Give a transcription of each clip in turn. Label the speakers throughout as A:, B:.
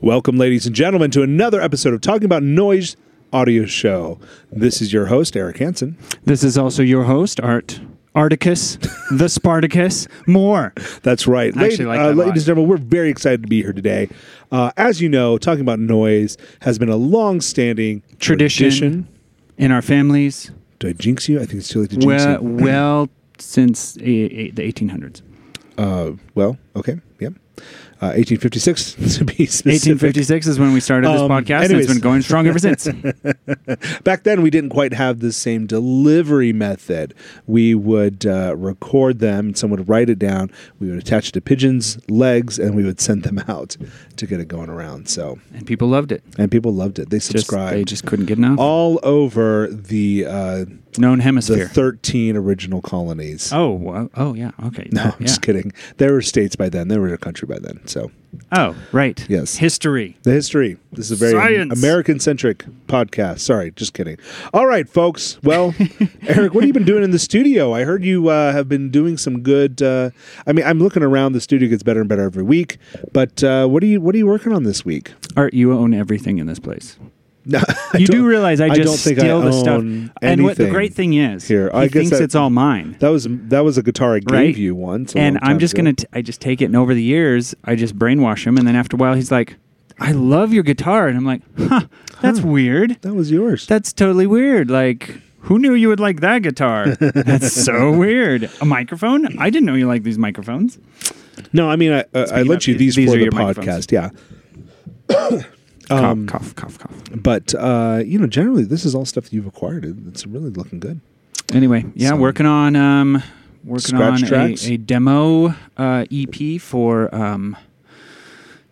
A: Welcome, ladies and gentlemen, to another episode of Talking About Noise Audio Show. This is your host, Eric Hansen.
B: This is also your host, Art Articus, the Spartacus, more.
A: That's right.
B: I actually like
A: uh,
B: that a
A: ladies
B: lot.
A: and gentlemen, we're very excited to be here today. Uh, as you know, Talking About Noise has been a long standing
B: Tradition, in our families,
A: Did I jinx you? I think it's too late to jinx
B: well,
A: you.
B: well since eh, eh, the 1800s.
A: Uh, well, okay. Yep. Uh, 1856 to be specific.
B: 1856 is when we started this
A: Um,
B: podcast, and
A: anyways.
B: it's been going strong ever since.
A: back then we didn't quite have the same delivery method we would uh, record them someone would write it down we would attach it to pigeons legs and we would send them out to get it going around so
B: and people loved it.
A: and people loved it they
B: Just,
A: subscribed
B: they just couldn't get enough.
A: all over the uh,
B: Known
A: the
B: hemisphere.
A: 13 original colonies
B: oh, well, oh, yeah. Okay.
A: no
B: yeah,
A: i'm just
B: yeah.
A: kidding there were states by then there were a country by then so
B: Oh, right.
A: Yes.
B: History.
A: The history. This is a very
B: Science.
A: American centric podcast. Sorry, just kidding. All right, folks. Well, Eric, what have you been doing in the studio? I heard you uh, have been doing some good. Uh, I mean, I'm looking around. The studio gets better and better every week. But uh, what are you What are you working on this week?
B: Art, you own everything in this place.
A: No, I
B: You do
A: don't-
B: realize I
A: I
B: just
A: don't think I
B: steal the stuff.
A: own
B: And what the
A: anything
B: great thing is,
A: here.
B: he
A: I guess
B: thinks
A: that-
B: it's all mine.
A: that was that was a guitar I gave
B: Right?
A: you once, a
B: and
A: long time
B: I'm just
A: ago.
B: gonna, t- I just take it, and over the years, I just brainwash him, and then after a while, he's like, "I love your guitar," and I'm like, "Huh, that's weird.
A: That was yours.
B: That's totally weird. Like, who knew you would like that guitar? that's so weird. A microphone? I didn't know you liked these microphones.
A: no, I mean I, uh, I
B: me,
A: lent
B: no,
A: you these,
B: these
A: for
B: are
A: the
B: your microphones.
A: podcast. Yeah, Um,
B: cough, cough, cough, cough.
A: but uh, you know, generally this is all stuff that you've acquired. It's really looking good.
B: Anyway, yeah,
A: So-
B: working on, um, working
A: Scratch
B: on a,
A: tracks?
B: a demo uh, EP for. Um,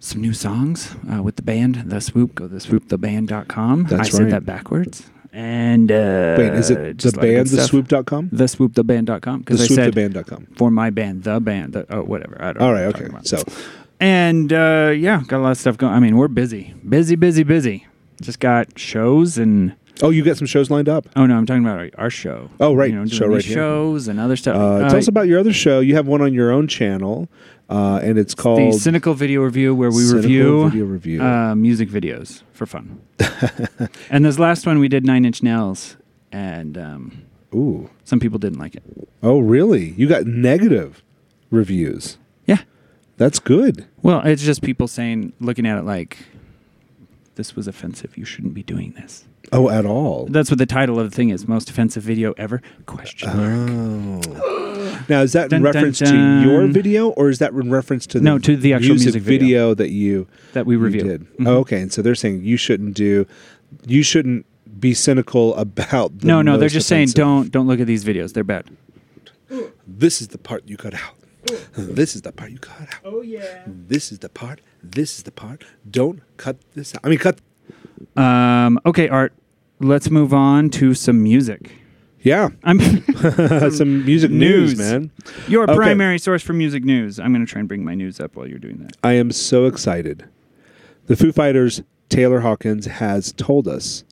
B: some new songs uh, with the band, the swoop. Go to swooptheband.com.
A: That's
B: I said
A: right.
B: that backwards. And uh,
A: Wait, is it the
B: just a lot of
A: band
B: good
A: the
B: stuff.
A: swoop.com?
B: The swoop the band.com because I said
A: swooptheband.com.
B: for my band the band the, oh whatever I don't
A: All
B: know
A: right,
B: what I'm
A: okay.
B: talking about.
A: So
B: and uh, yeah got a lot of stuff going I mean we're busy busy busy busy just got shows and
A: Oh, you got some shows lined up.
B: oh no I'm talking about our, our show
A: Oh, right,
B: you know, doing
A: show
B: these
A: right here.
B: shows and other stuff
A: Uh, tell us about your other show. You have one on your own channel, uh, and it's
B: the
A: called
B: cynical video review where we
A: Cynical
B: review
A: Video Review.
B: uh, music videos for fun and this last one we did Nine Inch Nails and um,
A: Ooh.
B: some people didn't like it
A: Oh, really? You got negative reviews.
B: yeah
A: That's good.
B: Well, it's just people saying, looking at it like, this was offensive. You shouldn't be doing this.
A: Oh, at all.
B: That's what the title of the thing is: most offensive video ever? Question
A: Uh-huh.
B: mark.
A: Oh. Now, is that in
B: Dun, dun,
A: reference
B: dun.
A: to your video, or is that in reference to the
B: No, to the actual music video.
A: that you
B: That we Mm-hmm.
A: you
B: reviewed.
A: did? Oh, okay, and so they're saying you shouldn't do, you shouldn't be cynical about. The
B: No, no, they're
A: most
B: just
A: offensive-
B: saying, don't don't look at these videos. They're bad.
A: This is the part you cut out. This is the part you cut out. Oh yeah. This is the part. This is the part. Don't cut this out. I mean, cut.
B: Um, okay, Art. Let's move on to some music.
A: Yeah,
B: I'm
A: some music news,
B: news.
A: man.
B: your
A: Okay.
B: primary source for music news. I'm going to try and bring my news up while you're doing that.
A: I am so excited. The Foo Fighters' Taylor Hawkins has told us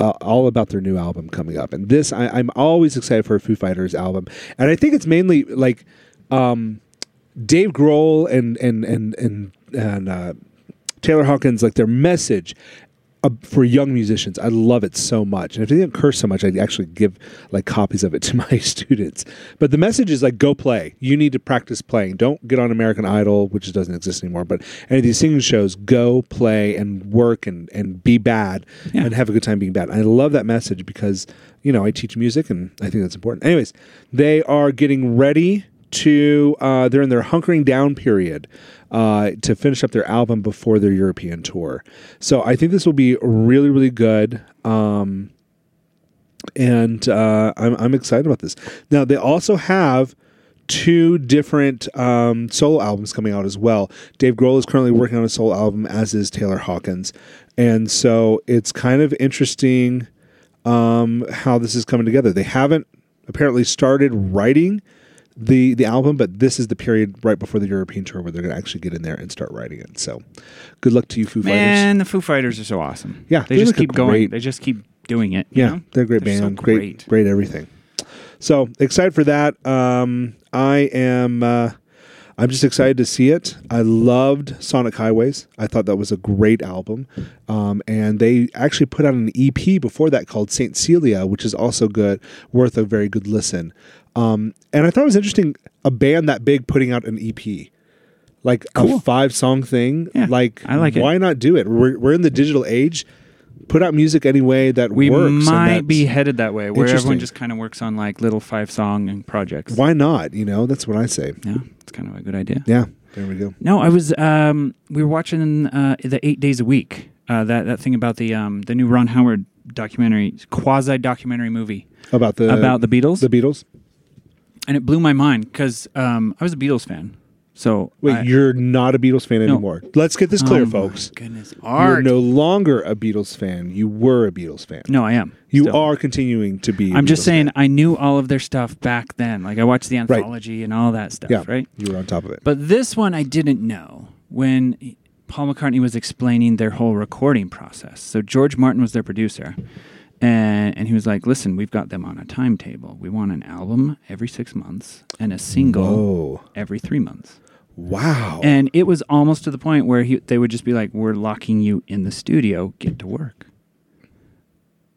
A: uh, all about their new album coming up, and this I, I'm always excited for a Foo Fighters album, and I think it's mainly like um, Dave Grohl and and and and and uh, Taylor Hawkins, like their message. Uh, for young musicians, I love it so much, and if they didn't curse so much, I'd actually give like copies of it to my students. But the message is like, go play. You need to practice playing. Don't get on American Idol, which doesn't exist anymore. But any of these singing shows, go play and work and and be bad
B: Yeah.
A: and have a good time being bad. I love that message because you know I teach music and I think that's important. Anyways, they are getting ready to uh, they're in their hunkering down period uh, to finish up their album before their European tour. So I think this will be really really good. Um, and uh, I'm, I'm excited about this. Now they also have two different um, solo albums coming out as well. Dave Grohl is currently working on a solo album, as is Taylor Hawkins, and so it's kind of interesting um, how this is coming together. They haven't apparently started writing the the album, but this is the period right before the European tour where they're going to actually get in there and start writing it. So, good luck to you, Foo Fighters.
B: Man, the Foo Fighters are so awesome.
A: Yeah,
B: they
A: they
B: just
A: look a
B: keep going.
A: great-
B: They just keep doing it. you
A: Yeah,
B: know?
A: they're a great
B: They're so
A: band, great, great,
B: great.
A: everything. So excited for that. Um, I am. Uh, I'm just excited to see it. I loved Sonic Highways. I thought that was a great album. Um, and they actually put out an EP before that called Saint Celia, which is also good, worth a very good listen. Um, and I thought it was interesting a band that big putting out an EP. Like a
B: Cool.
A: five song thing.
B: Yeah,
A: like,
B: I like it.
A: why not do it? We're, we're in the digital age. Put out music any way that
B: We
A: works. and
B: might
A: that's-
B: be headed that way, where
A: Interesting.
B: everyone just kind of works on like little five song and projects.
A: Why not? You know, that's what I say.
B: Yeah, it's kind of a good idea.
A: Yeah, there we go.
B: No, I was. Um, we were watching uh, the Eight Days a Week. Uh, that that thing about the um, the new Ron Howard documentary, quasi documentary movie
A: About the
B: about the Beatles,
A: the Beatles.
B: and it blew my mind because um, I was a Beatles fan. So
A: Wait,
B: I-
A: you're not a Beatles fan anymore. Let's get this
B: Oh
A: clear,
B: my
A: folks.
B: Goodness,
A: You're
B: art.
A: no longer a Beatles fan. You were a Beatles fan.
B: no, I am.
A: you
B: still.
A: are continuing to be. i
B: I'm just saying, I knew all of their stuff back then. Like I watched the anthology and all that stuff,
A: Yeah,
B: right?
A: You were on top of it.
B: But this one I didn't know when Paul McCartney was explaining their whole recording process. So George Martin was their producer. And, and he was like, listen, we've got them on a timetable. We want an album every six months and a single
A: oh,
B: every three months.
A: wow.
B: And it was almost to the point where he, they would just be like, we're locking you in the studio, get to work.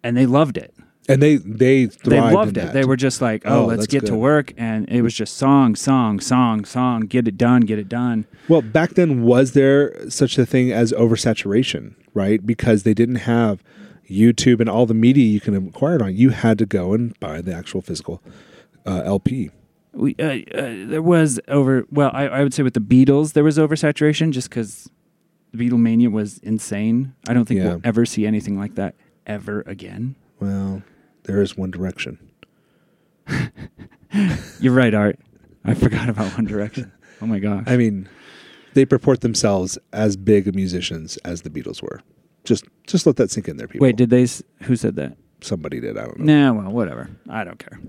B: And they loved it
A: And they they
B: they
A: thrived
B: loved
A: in
B: it.
A: that.
B: They were just like, "Oh,
A: Oh,
B: let's
A: that's
B: get to
A: good.
B: work," and it was just song, song, song, song. Get it done, get it done.
A: Well, back then, was there such a thing as oversaturation, right? Because they didn't have YouTube and all the media you can acquire it on. You had to go and buy the actual physical uh, LP.
B: We uh, uh, there was over. Well, I, I would say with the Beatles, there was oversaturation just because Beatlemania was insane. I don't think
A: Yeah.
B: we'll ever see anything like that ever again.
A: Well, there is One Direction.
B: You're right, Art. I forgot about One Direction. Oh my gosh.
A: I mean, they purport themselves as big musicians as the Beatles were. Just just let that sink in there, people.
B: Wait, did they? s- Who said that?
A: somebody did? I don't know.
B: Nah, well, whatever. I don't care.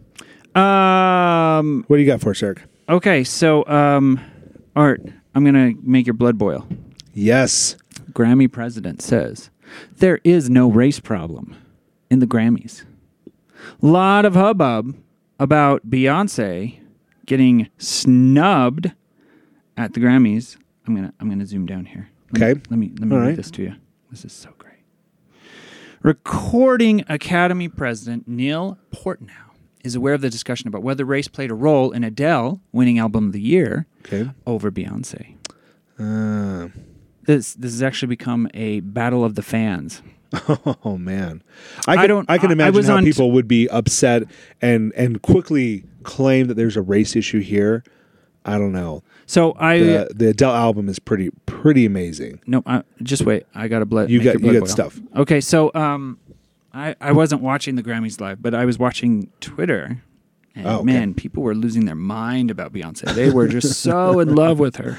B: Um.
A: What do you got for us, Eric?
B: Okay, so um, Art, I'm gonna make your blood boil.
A: Yes,
B: Grammy president says there is no race problem in the Grammys. Lot of hubbub about Beyonce getting snubbed at the Grammys. I'm gonna I'm gonna zoom down here. Let
A: Okay.
B: Me, let me let me
A: All
B: read
A: right.
B: this to you. This is so great. Recording Academy President Neil Portnow is aware of the discussion about whether race played a role in Adele winning Album of the Year
A: okay.
B: over Beyonce
A: Uh,
B: this this has actually become a battle of the fans.
A: oh man, I, can,
B: don't-
A: I can
B: I- I
A: imagine
B: was
A: how
B: on t-
A: people would be upset and and quickly claim that there's a race issue here. I don't know.
B: So I
A: The, the Adele album is pretty pretty amazing.
B: no, I, just wait. I got a blood.
A: You
B: make
A: got-
B: your
A: you
B: blood
A: got
B: boil.
A: stuff.
B: Okay, so um, I I wasn't watching the Grammys live, but I was watching Twitter. And
A: Oh, okay.
B: man, people were losing their mind about Beyonce. They were just so in love with her,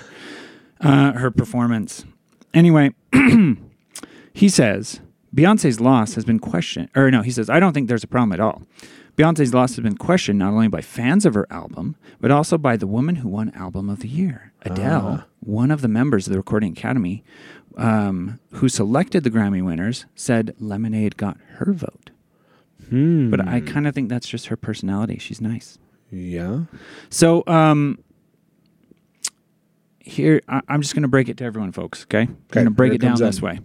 B: uh, her performance. Anyway, he says Beyonce's loss has been questioned. Or no, he says I don't think there's a problem at all. Beyonce's loss has been questioned not only by fans of her album, but also by the woman who won Album of the Year, Adele, one of the members of the Recording Academy, um, who selected the Grammy winners. Said Lemonade got her vote, but I kind of think that's just her personality. She's nice.
A: Yeah.
B: So um here I, I'm just going to break it to everyone folks, okay? I'm going to break
A: here
B: it
A: it
B: down
A: comes
B: this
A: in.
B: way.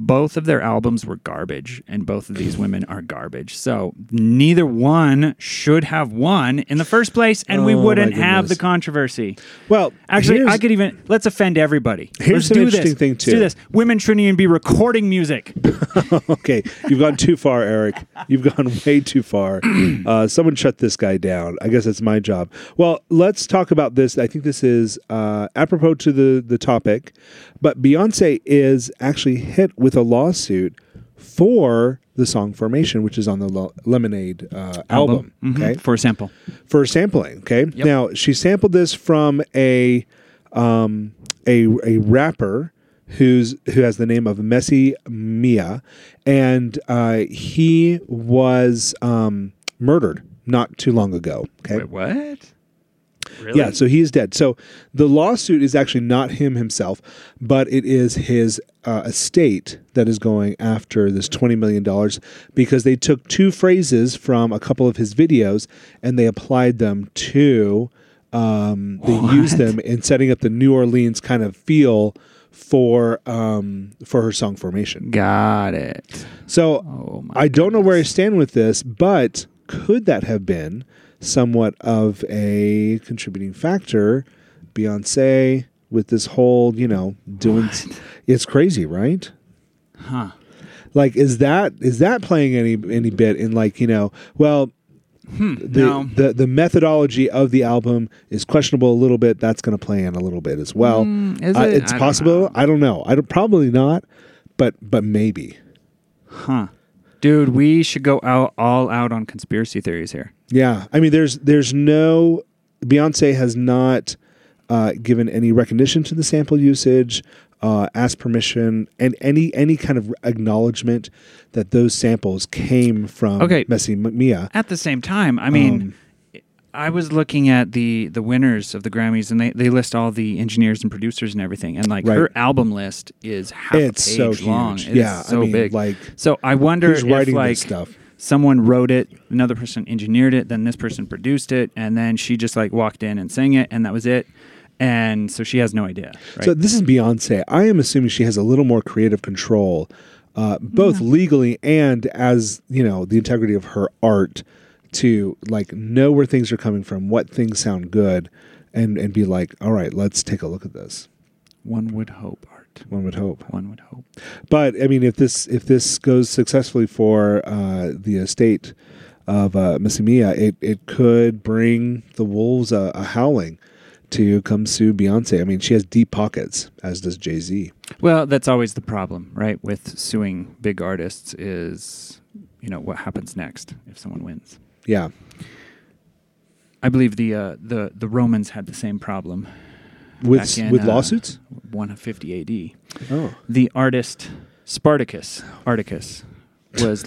B: Both of their albums were garbage and both of these women are garbage. So neither one should have won in the first place and we
A: Oh, my
B: wouldn't have the
A: goodness.
B: controversy.
A: Well,
B: Actually,
A: here's-
B: I could even let's offend everybody.
A: Here's
B: let's
A: an
B: do
A: interesting
B: this.
A: thing,
B: Let's do
A: too.
B: this. Women shouldn't even be recording music.
A: okay, you've gone too far, Eric. You've gone way too far. Uh, someone shut this guy down. I guess it's my job. Well, let's talk about this. I think this is uh, apropos to the the topic, but Beyonce is actually hit with a lawsuit for the song "Formation," which is on the Lo- Lemonade uh, album.
B: Mhm,
A: Okay,
B: For example.
A: for sampling. Okay, now she sampled this from a um, a a rapper who's who has the name of Messi Mia, and uh, he was um, murdered not too long ago. Okay,
B: Wait, what? Really?
A: yeah, so he is dead. So the lawsuit is actually not him himself, but it is his uh, estate that is going after this $20 million because they took two phrases from a couple of his videos and they applied them to um, they use them in setting up the New Orleans kind of feel for um, for her song formation.
B: Got it.
A: So
B: Oh my.
A: I don't know where I stand with this, but could that have been somewhat of a contributing factor? Beyonce with this whole, you know, doing it's crazy, right?
B: Huh.
A: Like, is that is that playing any any bit in like you know, well, the
B: Hmm, no.
A: the the methodology of the album is questionable a little bit. That's going to play in a little bit as well.
B: Mm, is
A: Uh,
B: it?
A: it's
B: I don't
A: possible.
B: know.
A: I don't know. I don't probably not, but but maybe.
B: Huh. Dude, we should go out all out on conspiracy theories here.
A: Yeah, I mean, there's there's no Beyonce has not uh, given any recognition to the sample usage, uh, asked permission, and any any kind of acknowledgement that those samples came from
B: Okay.
A: Messy M- Mia.
B: At the same time, I mean,
A: Um,
B: I was looking at the the winners of the Grammys, and they, they list all the engineers and producers and everything, and like
A: Right.
B: her album list is half
A: It's
B: a page
A: so
B: long.
A: huge.
B: It is
A: Yeah, I
B: so
A: mean,
B: big.
A: like,
B: so I wonder
A: who's
B: if
A: writing
B: like
A: this stuff?
B: someone wrote it, another person engineered it, then this person produced it, and then she just like walked in and sang it, and that was it. And so she has no idea. Right?
A: So this is Beyonce. I am assuming she has a little more creative control, uh, both legally and as you know the integrity of her art to like know where things are coming from, what things sound good, and and be like, all right, let's take a look at this.
B: one would hope, Art.
A: One would hope.
B: One would hope.
A: But I mean, if this if this goes successfully for uh, the estate of uh, Missy Mia, it it could bring the wolves a, a howling to come sue Beyonce. I mean, she has deep pockets, as does Jay Z.
B: Well, that's always the problem, right? With suing big artists is, you know, what happens next if someone wins.
A: Yeah.
B: I believe the uh, the the Romans had the same problem
A: with
B: back in,
A: with
B: uh,
A: lawsuits.
B: 150 A.D.
A: Oh,
B: The artist Spartacus Articus was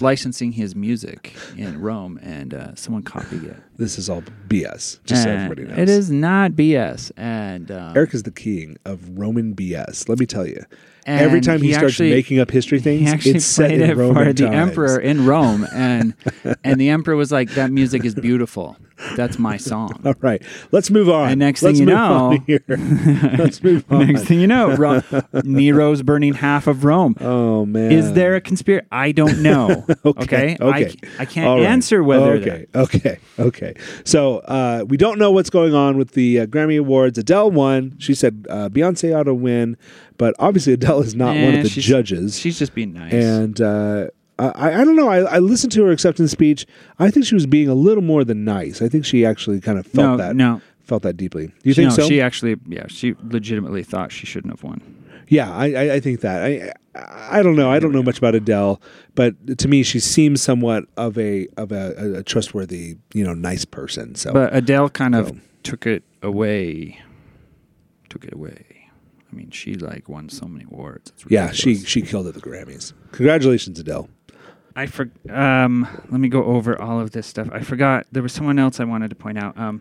B: licensing his music in Rome, and uh, someone copied it.
A: this is all BS. Just so
B: And
A: everybody knows,
B: Uh, It is not BS, and um,
A: Eric is the king of Roman BS. Let me tell you. Every
B: And
A: time he,
B: he
A: starts
B: actually-
A: making up history
B: He
A: things,
B: actually
A: it's set
B: played
A: in
B: it
A: Roman
B: for the
A: times.
B: emperor in Rome, and and the emperor was like, "That music is beautiful. That's my song."
A: All right, let's move on.
B: And next
A: Let's
B: thing you
A: move on
B: know-
A: here. let's move on.
B: Next thing you know, Ro- Nero's burning half of Rome.
A: oh man,
B: Is there a conspiracy? I don't know. okay, I,
A: Okay.
B: c- I can't
A: All right.
B: answer whether.
A: Okay. Okay. Okay. So uh, we don't know what's going on with the uh, Grammy Awards. Adele won. She said uh, Beyonce ought to win, but obviously Adele is not one
B: Eh,
A: of the
B: she's-
A: judges.
B: She's just being nice.
A: and uh, I, I don't know. I, I listened to her acceptance speech. I think she was being a little more than nice. I think she actually kind of
B: No,
A: felt that.
B: no.
A: felt that deeply. Do you think
B: no,
A: so?
B: she actually, yeah, she legitimately thought she shouldn't have won.
A: yeah, I, I, I think that. I I I don't know. I don't know much about Adele, but to me, she seems somewhat of a of a, a, a trustworthy, you know, nice person. So
B: But Adele kind
A: Oh.
B: of took it away. Took it away. I mean, she like won so many awards. It's
A: yeah, she
B: ridiculous.
A: she killed at the Grammys. Congratulations, Adele.
B: I for, um, let me go over all of this stuff. I forgot there was someone else I wanted to point out. Um,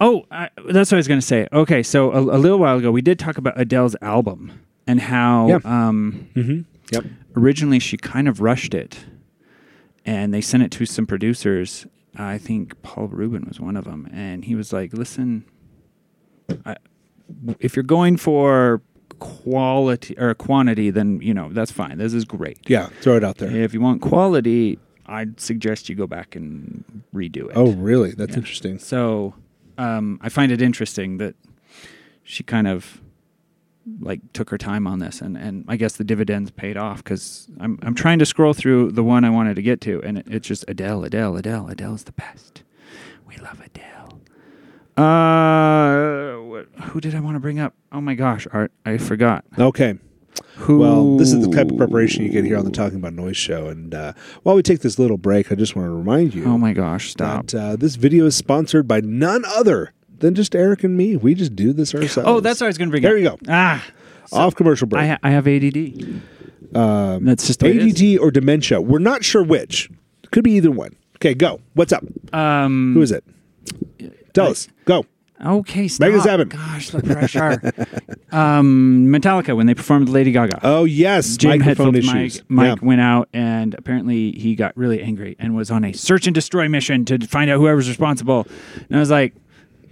B: oh, I, that's what I was going to say. Okay, so a, a little while ago we did talk about Adele's album and how
A: Yeah.
B: um,
A: Mm-hmm. Yep.
B: originally she kind of rushed it, and they sent it to some producers. I think Paul Rubin was one of them, and he was like, "Listen, I, if you're going for quality or quantity, then you know that's fine. This is great."
A: Yeah. Throw it out there.
B: If you want quality, I'd suggest you go back and redo it.
A: Oh, really? That's interesting.
B: So um, I find it interesting that she kind of like took her time on this and, and I guess the dividends paid off because I'm, I'm trying to scroll through the one I wanted to get to and it, it's just Adele, Adele, Adele, Adele's the best. We love Adele. Uh, what, who did I want to bring up? Oh my gosh, Art, I forgot.
A: Okay.
B: Who?
A: Well, this is the type of preparation you get here on the Talking About Noise show. And uh, while we take this little break, I just want to remind you
B: Oh my gosh, stop.
A: that uh, this video is sponsored by none other than just Eric and me. We just do this ourselves.
B: Oh, that's what I was going to bring
A: There
B: up.
A: you go.
B: Ah,
A: Off commercial break.
B: I, ha- I have ADD. Um, That's just the way it is.
A: ADD or dementia? We're not sure which. Could be either one. Okay, go. What's up?
B: Um,
A: Who is it? Tell us. Go.
B: okay, stop.
A: Make it happen.
B: Gosh, the pressure. um, Metallica when they performed Lady Gaga.
A: Oh yes,
B: Jim
A: microphone
B: Hetfield,
A: issues.
B: Mike, Mike
A: Yeah.
B: went out and apparently he got really angry and was on a search and destroy mission to find out whoever's responsible. And I was like,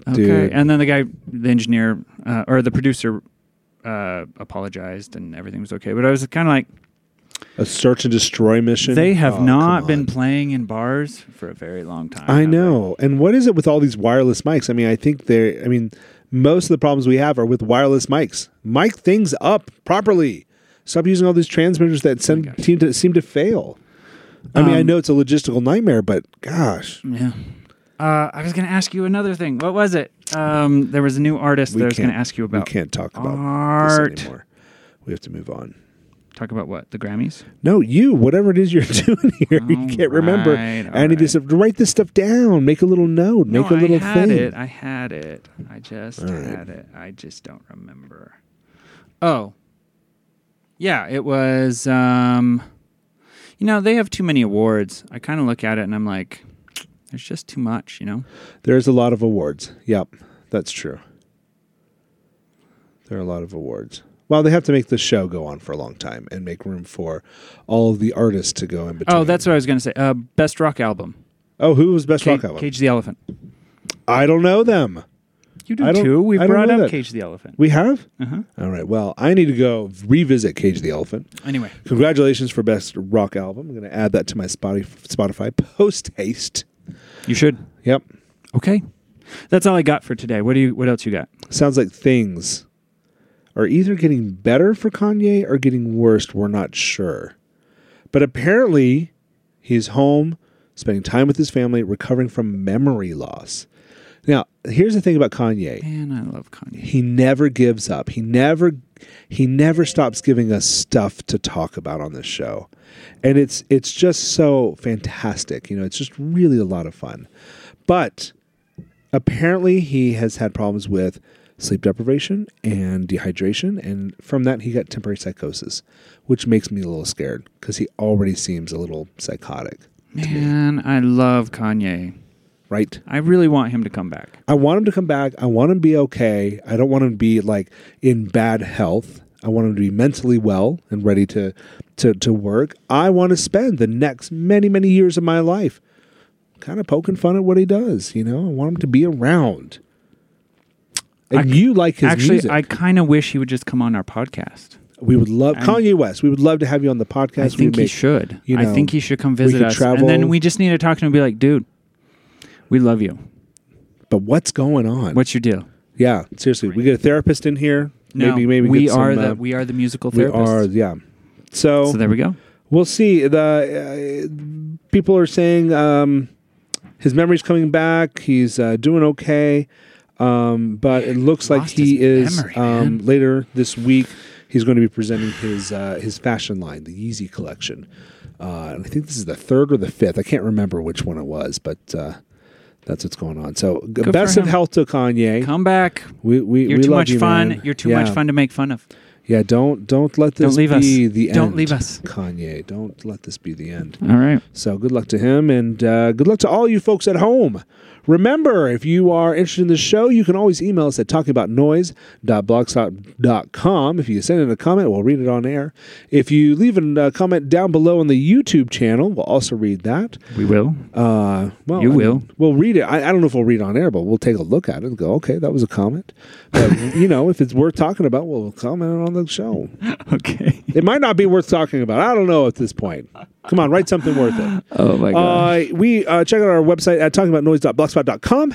B: Okay.
A: dude.
B: And then the guy, the engineer uh, or the producer, uh, apologized and everything was okay. But I was kind of like,
A: a search and destroy mission.
B: they have
A: Oh,
B: not
A: come
B: been
A: on.
B: playing in bars for a very long time.
A: I
B: have they?
A: know. And what is it with all these wireless mics? I mean, I think they're. I mean, most of the problems we have are with wireless mics. Mic things up properly. Stop using all these transmitters that send,
B: gosh.
A: seem to seem to fail. I mean,
B: Um,
A: I know it's a logistical nightmare, but gosh,
B: Yeah. Uh, I was going to ask you another thing. What was it? Um, there was a new artist that I was going to
A: can't-
B: ask you about.
A: we can't talk about
B: art.
A: this anymore. We have to move on.
B: Talk about what? The Grammys?
A: No, you, whatever it is you're doing here, you
B: All
A: can't remember
B: Oh, right, all
A: any of this stuff. Write this stuff down. Make a little note. Make
B: no,
A: a little
B: I had
A: thing.
B: it. I had it. I just
A: right.
B: had it. I just don't remember. Oh. Yeah, it was um you know, they have too many awards. I kind of look at it and I'm like there's just too much, you know.
A: There's a lot of awards. Yep, that's true. There are a lot of awards. Well, they have to make the show go on for a long time and make room for all of the artists to go in between.
B: Oh, that's what I was going to say. Uh best rock album.
A: oh, who was best
B: Ca-
A: rock album?
B: Cage the Elephant.
A: I don't know them.
B: You do
A: I don't-
B: too. We've
A: I don't
B: brought
A: know
B: up
A: that.
B: Cage the Elephant.
A: We have.
B: Uh-huh.
A: All right. Well, I need to go revisit Cage the Elephant.
B: Anyway,
A: Congratulations for best rock album. I'm going to add that to my Spotify Spotify post haste.
B: you should.
A: Yep.
B: Okay. That's all I got for today. What do you what else you got?
A: sounds like things are either getting better for Kanye or getting worse. We're not sure. But apparently, he's home, spending time with his family, recovering from memory loss. Now, here's the thing about Kanye.
B: Man, I love Kanye.
A: He never gives up. He never he never stops giving us stuff to talk about on this show. And it's it's just so fantastic. You know, it's just really a lot of fun. But apparently he has had problems with sleep deprivation and dehydration and from that he got temporary psychosis, which makes me a little scared cuz he already seems a little psychotic,
B: Man, I love Kanye.
A: right?
B: I really want him to come back.
A: I want him to come back. I want him to be okay. I don't want him to be like in bad health. I want him to be mentally well and ready to to to work. I want to spend the next many many years of my life kind of poking fun at what he does, you know? I want him to be around. And
B: I-
A: you like his
B: Actually,
A: music.
B: I kind of wish he would just come on our podcast.
A: we would love
B: I'm-
A: Kanye West. We would love to have you on the podcast.
B: I
A: we
B: think he should.
A: you know,
B: I think he should come
A: we
B: visit
A: could
B: us.
A: travel.
B: And then we just need to talk to him and be like, dude, we love you.
A: But what's going on?
B: What's your deal?
A: yeah, seriously. We get a therapist in here.
B: No,
A: maybe maybe
B: we
A: get some,
B: are
A: uh,
B: the we are the musical
A: we
B: therapists.
A: are yeah. So,
B: so there we go.
A: We'll see. The uh, people are saying um, his memory's coming back. He's uh, doing okay, um, but it looks like
B: Lost
A: he
B: his
A: is
B: memory,
A: um,
B: man.
A: later this week. He's going to be presenting his uh, his fashion line, the Yeezy collection. Uh, and I think this is the third or the fifth. I can't remember which one it was, but uh, that's what's going on. So, g-
B: for
A: best of
B: him.
A: health to Kanye.
B: Come back.
A: we, we,
B: You're
A: we
B: too
A: love
B: much
A: you,
B: fun.
A: man.
B: You're too
A: Yeah.
B: much fun to make fun of.
A: Yeah, don't don't let this
B: Don't leave us.
A: be the end.
B: Don't leave us.
A: Kanye. Don't let this be the end.
B: All right.
A: So good luck to him and uh, good luck to all you folks at home. Remember, if you are interested in the show, you can always email us at talkingaboutnoise.blogspot.com. If you send in a comment, we'll read it on air. If you leave a uh, comment down below on the YouTube channel, we'll also read that.
B: We will.
A: Uh, well,
B: You
A: I
B: will.
A: mean, we'll read it. I, I don't know if we'll read it on air, but we'll take a look at it and go, okay, that was a comment. But, you know, if it's worth talking about, we'll comment on the show.
B: okay.
A: It might not be worth talking about. I don't know at this point. Come on, write something worth it.
B: Oh my god.
A: Uh, we uh, check out our website at talkingaboutnoise.blogspot.com.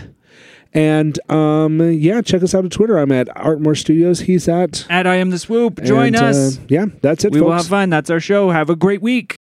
A: And um, yeah, check us out on Twitter. I'm at Artmore Studios. He's at.
B: At I am the swoop. Join
A: and, uh,
B: us.
A: yeah, that's it,
B: we will have
A: folks.
B: fun. That's our show. Have a great week.